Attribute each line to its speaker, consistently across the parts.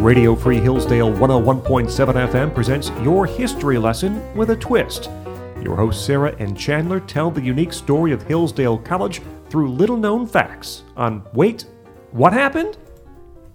Speaker 1: Radio oh Free Hillsdale 101.7 FM presents Your History Lesson with a Twist. Your hosts Sarah and Chandler tell the unique story of Hillsdale College through little known facts on Wait, What Happened?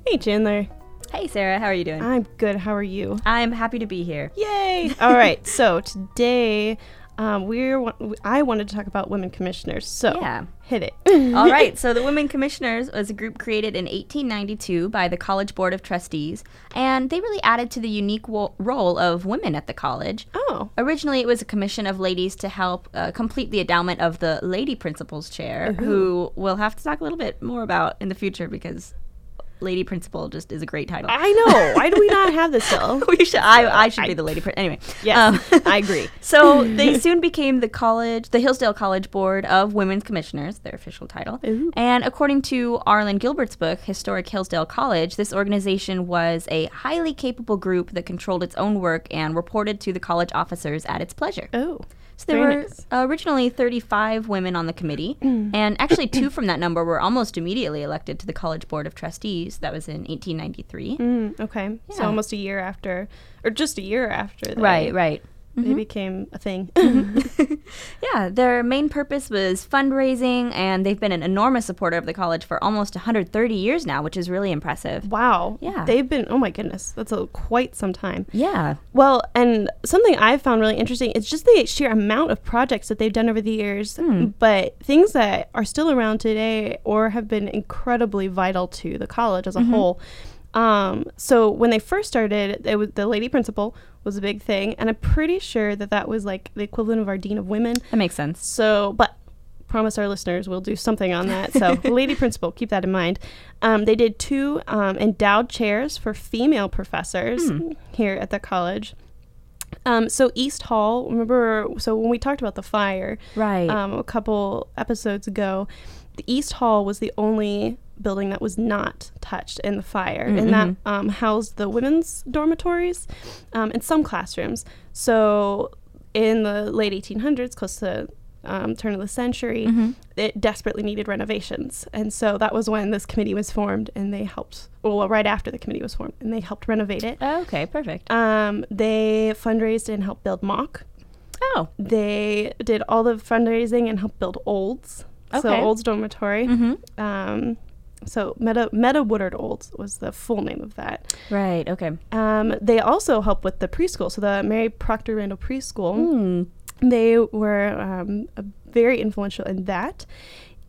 Speaker 2: Hey, Chandler.
Speaker 3: Hey Sarah, how are you doing?
Speaker 2: I'm good. How are you?
Speaker 3: I'm happy to be here.
Speaker 2: Yay! All right. So today, um, we're wa- I wanted to talk about women commissioners. So
Speaker 3: Yeah.
Speaker 2: hit it.
Speaker 3: All right, so the Women Commissioners was a group created in 1892 by the College Board of Trustees, and they really added to the unique wo- role of women at the college.
Speaker 2: oh,
Speaker 3: Originally, it was a commission of ladies to help uh, complete the endowment of the Lady Principal's Chair,
Speaker 2: Uh-huh.
Speaker 3: who we'll have to talk a little bit more about in the future because Lady Principal just is a great title.
Speaker 2: I know. Why do we not have this still?
Speaker 3: we should, I, I should be the Lady Principal. Anyway.
Speaker 2: Yes,
Speaker 3: um,
Speaker 2: I agree.
Speaker 3: So they soon became the college, the Hillsdale College Board of Women's Commissioners, their official title.
Speaker 2: Ooh.
Speaker 3: And according to Arlen Gilbert's book, Historic Hillsdale College, this organization was a highly capable group that controlled its own work and reported to the college officers at its pleasure.
Speaker 2: Oh,
Speaker 3: So there
Speaker 2: very
Speaker 3: were
Speaker 2: nice.
Speaker 3: originally 35 women on the committee, and actually two from that number were almost immediately elected to the College Board of Trustees. That was in 1893.
Speaker 2: Mm, okay. So
Speaker 3: Yeah.
Speaker 2: almost a year after, or just a year after. They,
Speaker 3: Right, Mm-hmm. right.
Speaker 2: They became a thing.
Speaker 3: Yeah, their main purpose was fundraising, and they've been an enormous supporter of the college for almost 130 years now, which is really impressive.
Speaker 2: wow.
Speaker 3: Yeah.
Speaker 2: They've been. Oh my goodness. That's a, quite some time.
Speaker 3: Yeah.
Speaker 2: Well, and something I've found really interesting is just the sheer amount of projects that they've done over the years, but things that are still around today or have been incredibly vital to the college as a whole. Um, so when they first started, it was the lady principal was a big thing, and I'm pretty sure that that was like the equivalent of our dean of women.
Speaker 3: That makes sense.
Speaker 2: So, but promise our listeners we'll do something on that. So, Lady Principal, keep that in mind. Um, they did two um, endowed chairs for female professors here at the college. Um, so East Hall, remember? So when we talked about the fire,
Speaker 3: Right.
Speaker 2: um, a couple episodes ago, the East Hall was the only building that was not touched in the fire, and that um, housed the women's dormitories um, and some classrooms. So in the late 1800s, close to um, turn of the century, it desperately needed renovations, and so that was when this committee was formed, and they helped. Well, right after the committee was formed, and they helped renovate it.
Speaker 3: Okay, perfect.
Speaker 2: Um, they fundraised and helped build Mock.
Speaker 3: Oh,
Speaker 2: They did all the fundraising and helped build Olds. So
Speaker 3: Okay. Mm-hmm.
Speaker 2: Olds Dormitory. Um, so Meta Meta Woodard Olds was the full name of that.
Speaker 3: right. Okay.
Speaker 2: Um, they also help with the preschool. So the Mary Proctor Randall
Speaker 3: Mm. Hmm,
Speaker 2: Preschool. They were um, a- very influential in that.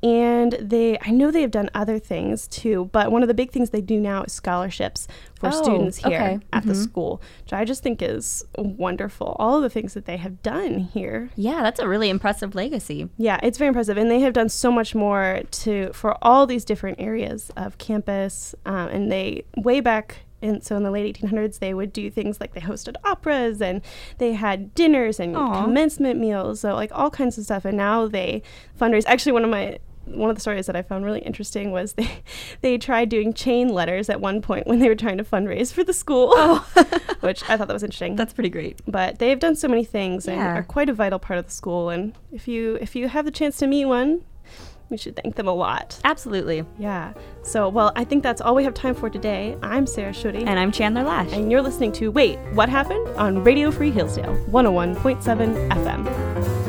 Speaker 2: And they, I know they have done other things too, but one of the big things they do now is scholarships for
Speaker 3: Oh,
Speaker 2: students here
Speaker 3: okay. Mm-hmm.
Speaker 2: at the school, which I just think is wonderful. All of the things that they have done here
Speaker 3: Yeah, that's a really impressive legacy.
Speaker 2: yeah, it's very impressive, and they have done so much more to for all these different areas of campus. Um, and they way back in so in the late 1800s, they would do things like they hosted operas and they had dinners and
Speaker 3: Aw.
Speaker 2: commencement meals, so like all kinds of stuff. And now they fundraise. Actually, one of my one of the stories that I found really interesting was they they tried doing chain letters at one point when they were trying to fundraise for the school,
Speaker 3: Oh.
Speaker 2: which I thought that was interesting
Speaker 3: That's pretty great.
Speaker 2: but they've done so many things and
Speaker 3: Yeah.
Speaker 2: are quite a vital part of the school and if you if you have the chance to meet one you should thank them a lot
Speaker 3: Absolutely.
Speaker 2: yeah so well i think that's all we have time for today i'm sarah schutte
Speaker 3: And I'm Chandler Lash.
Speaker 2: and oh you're listening to wait what happened on radio free hillsdale 101.7 fm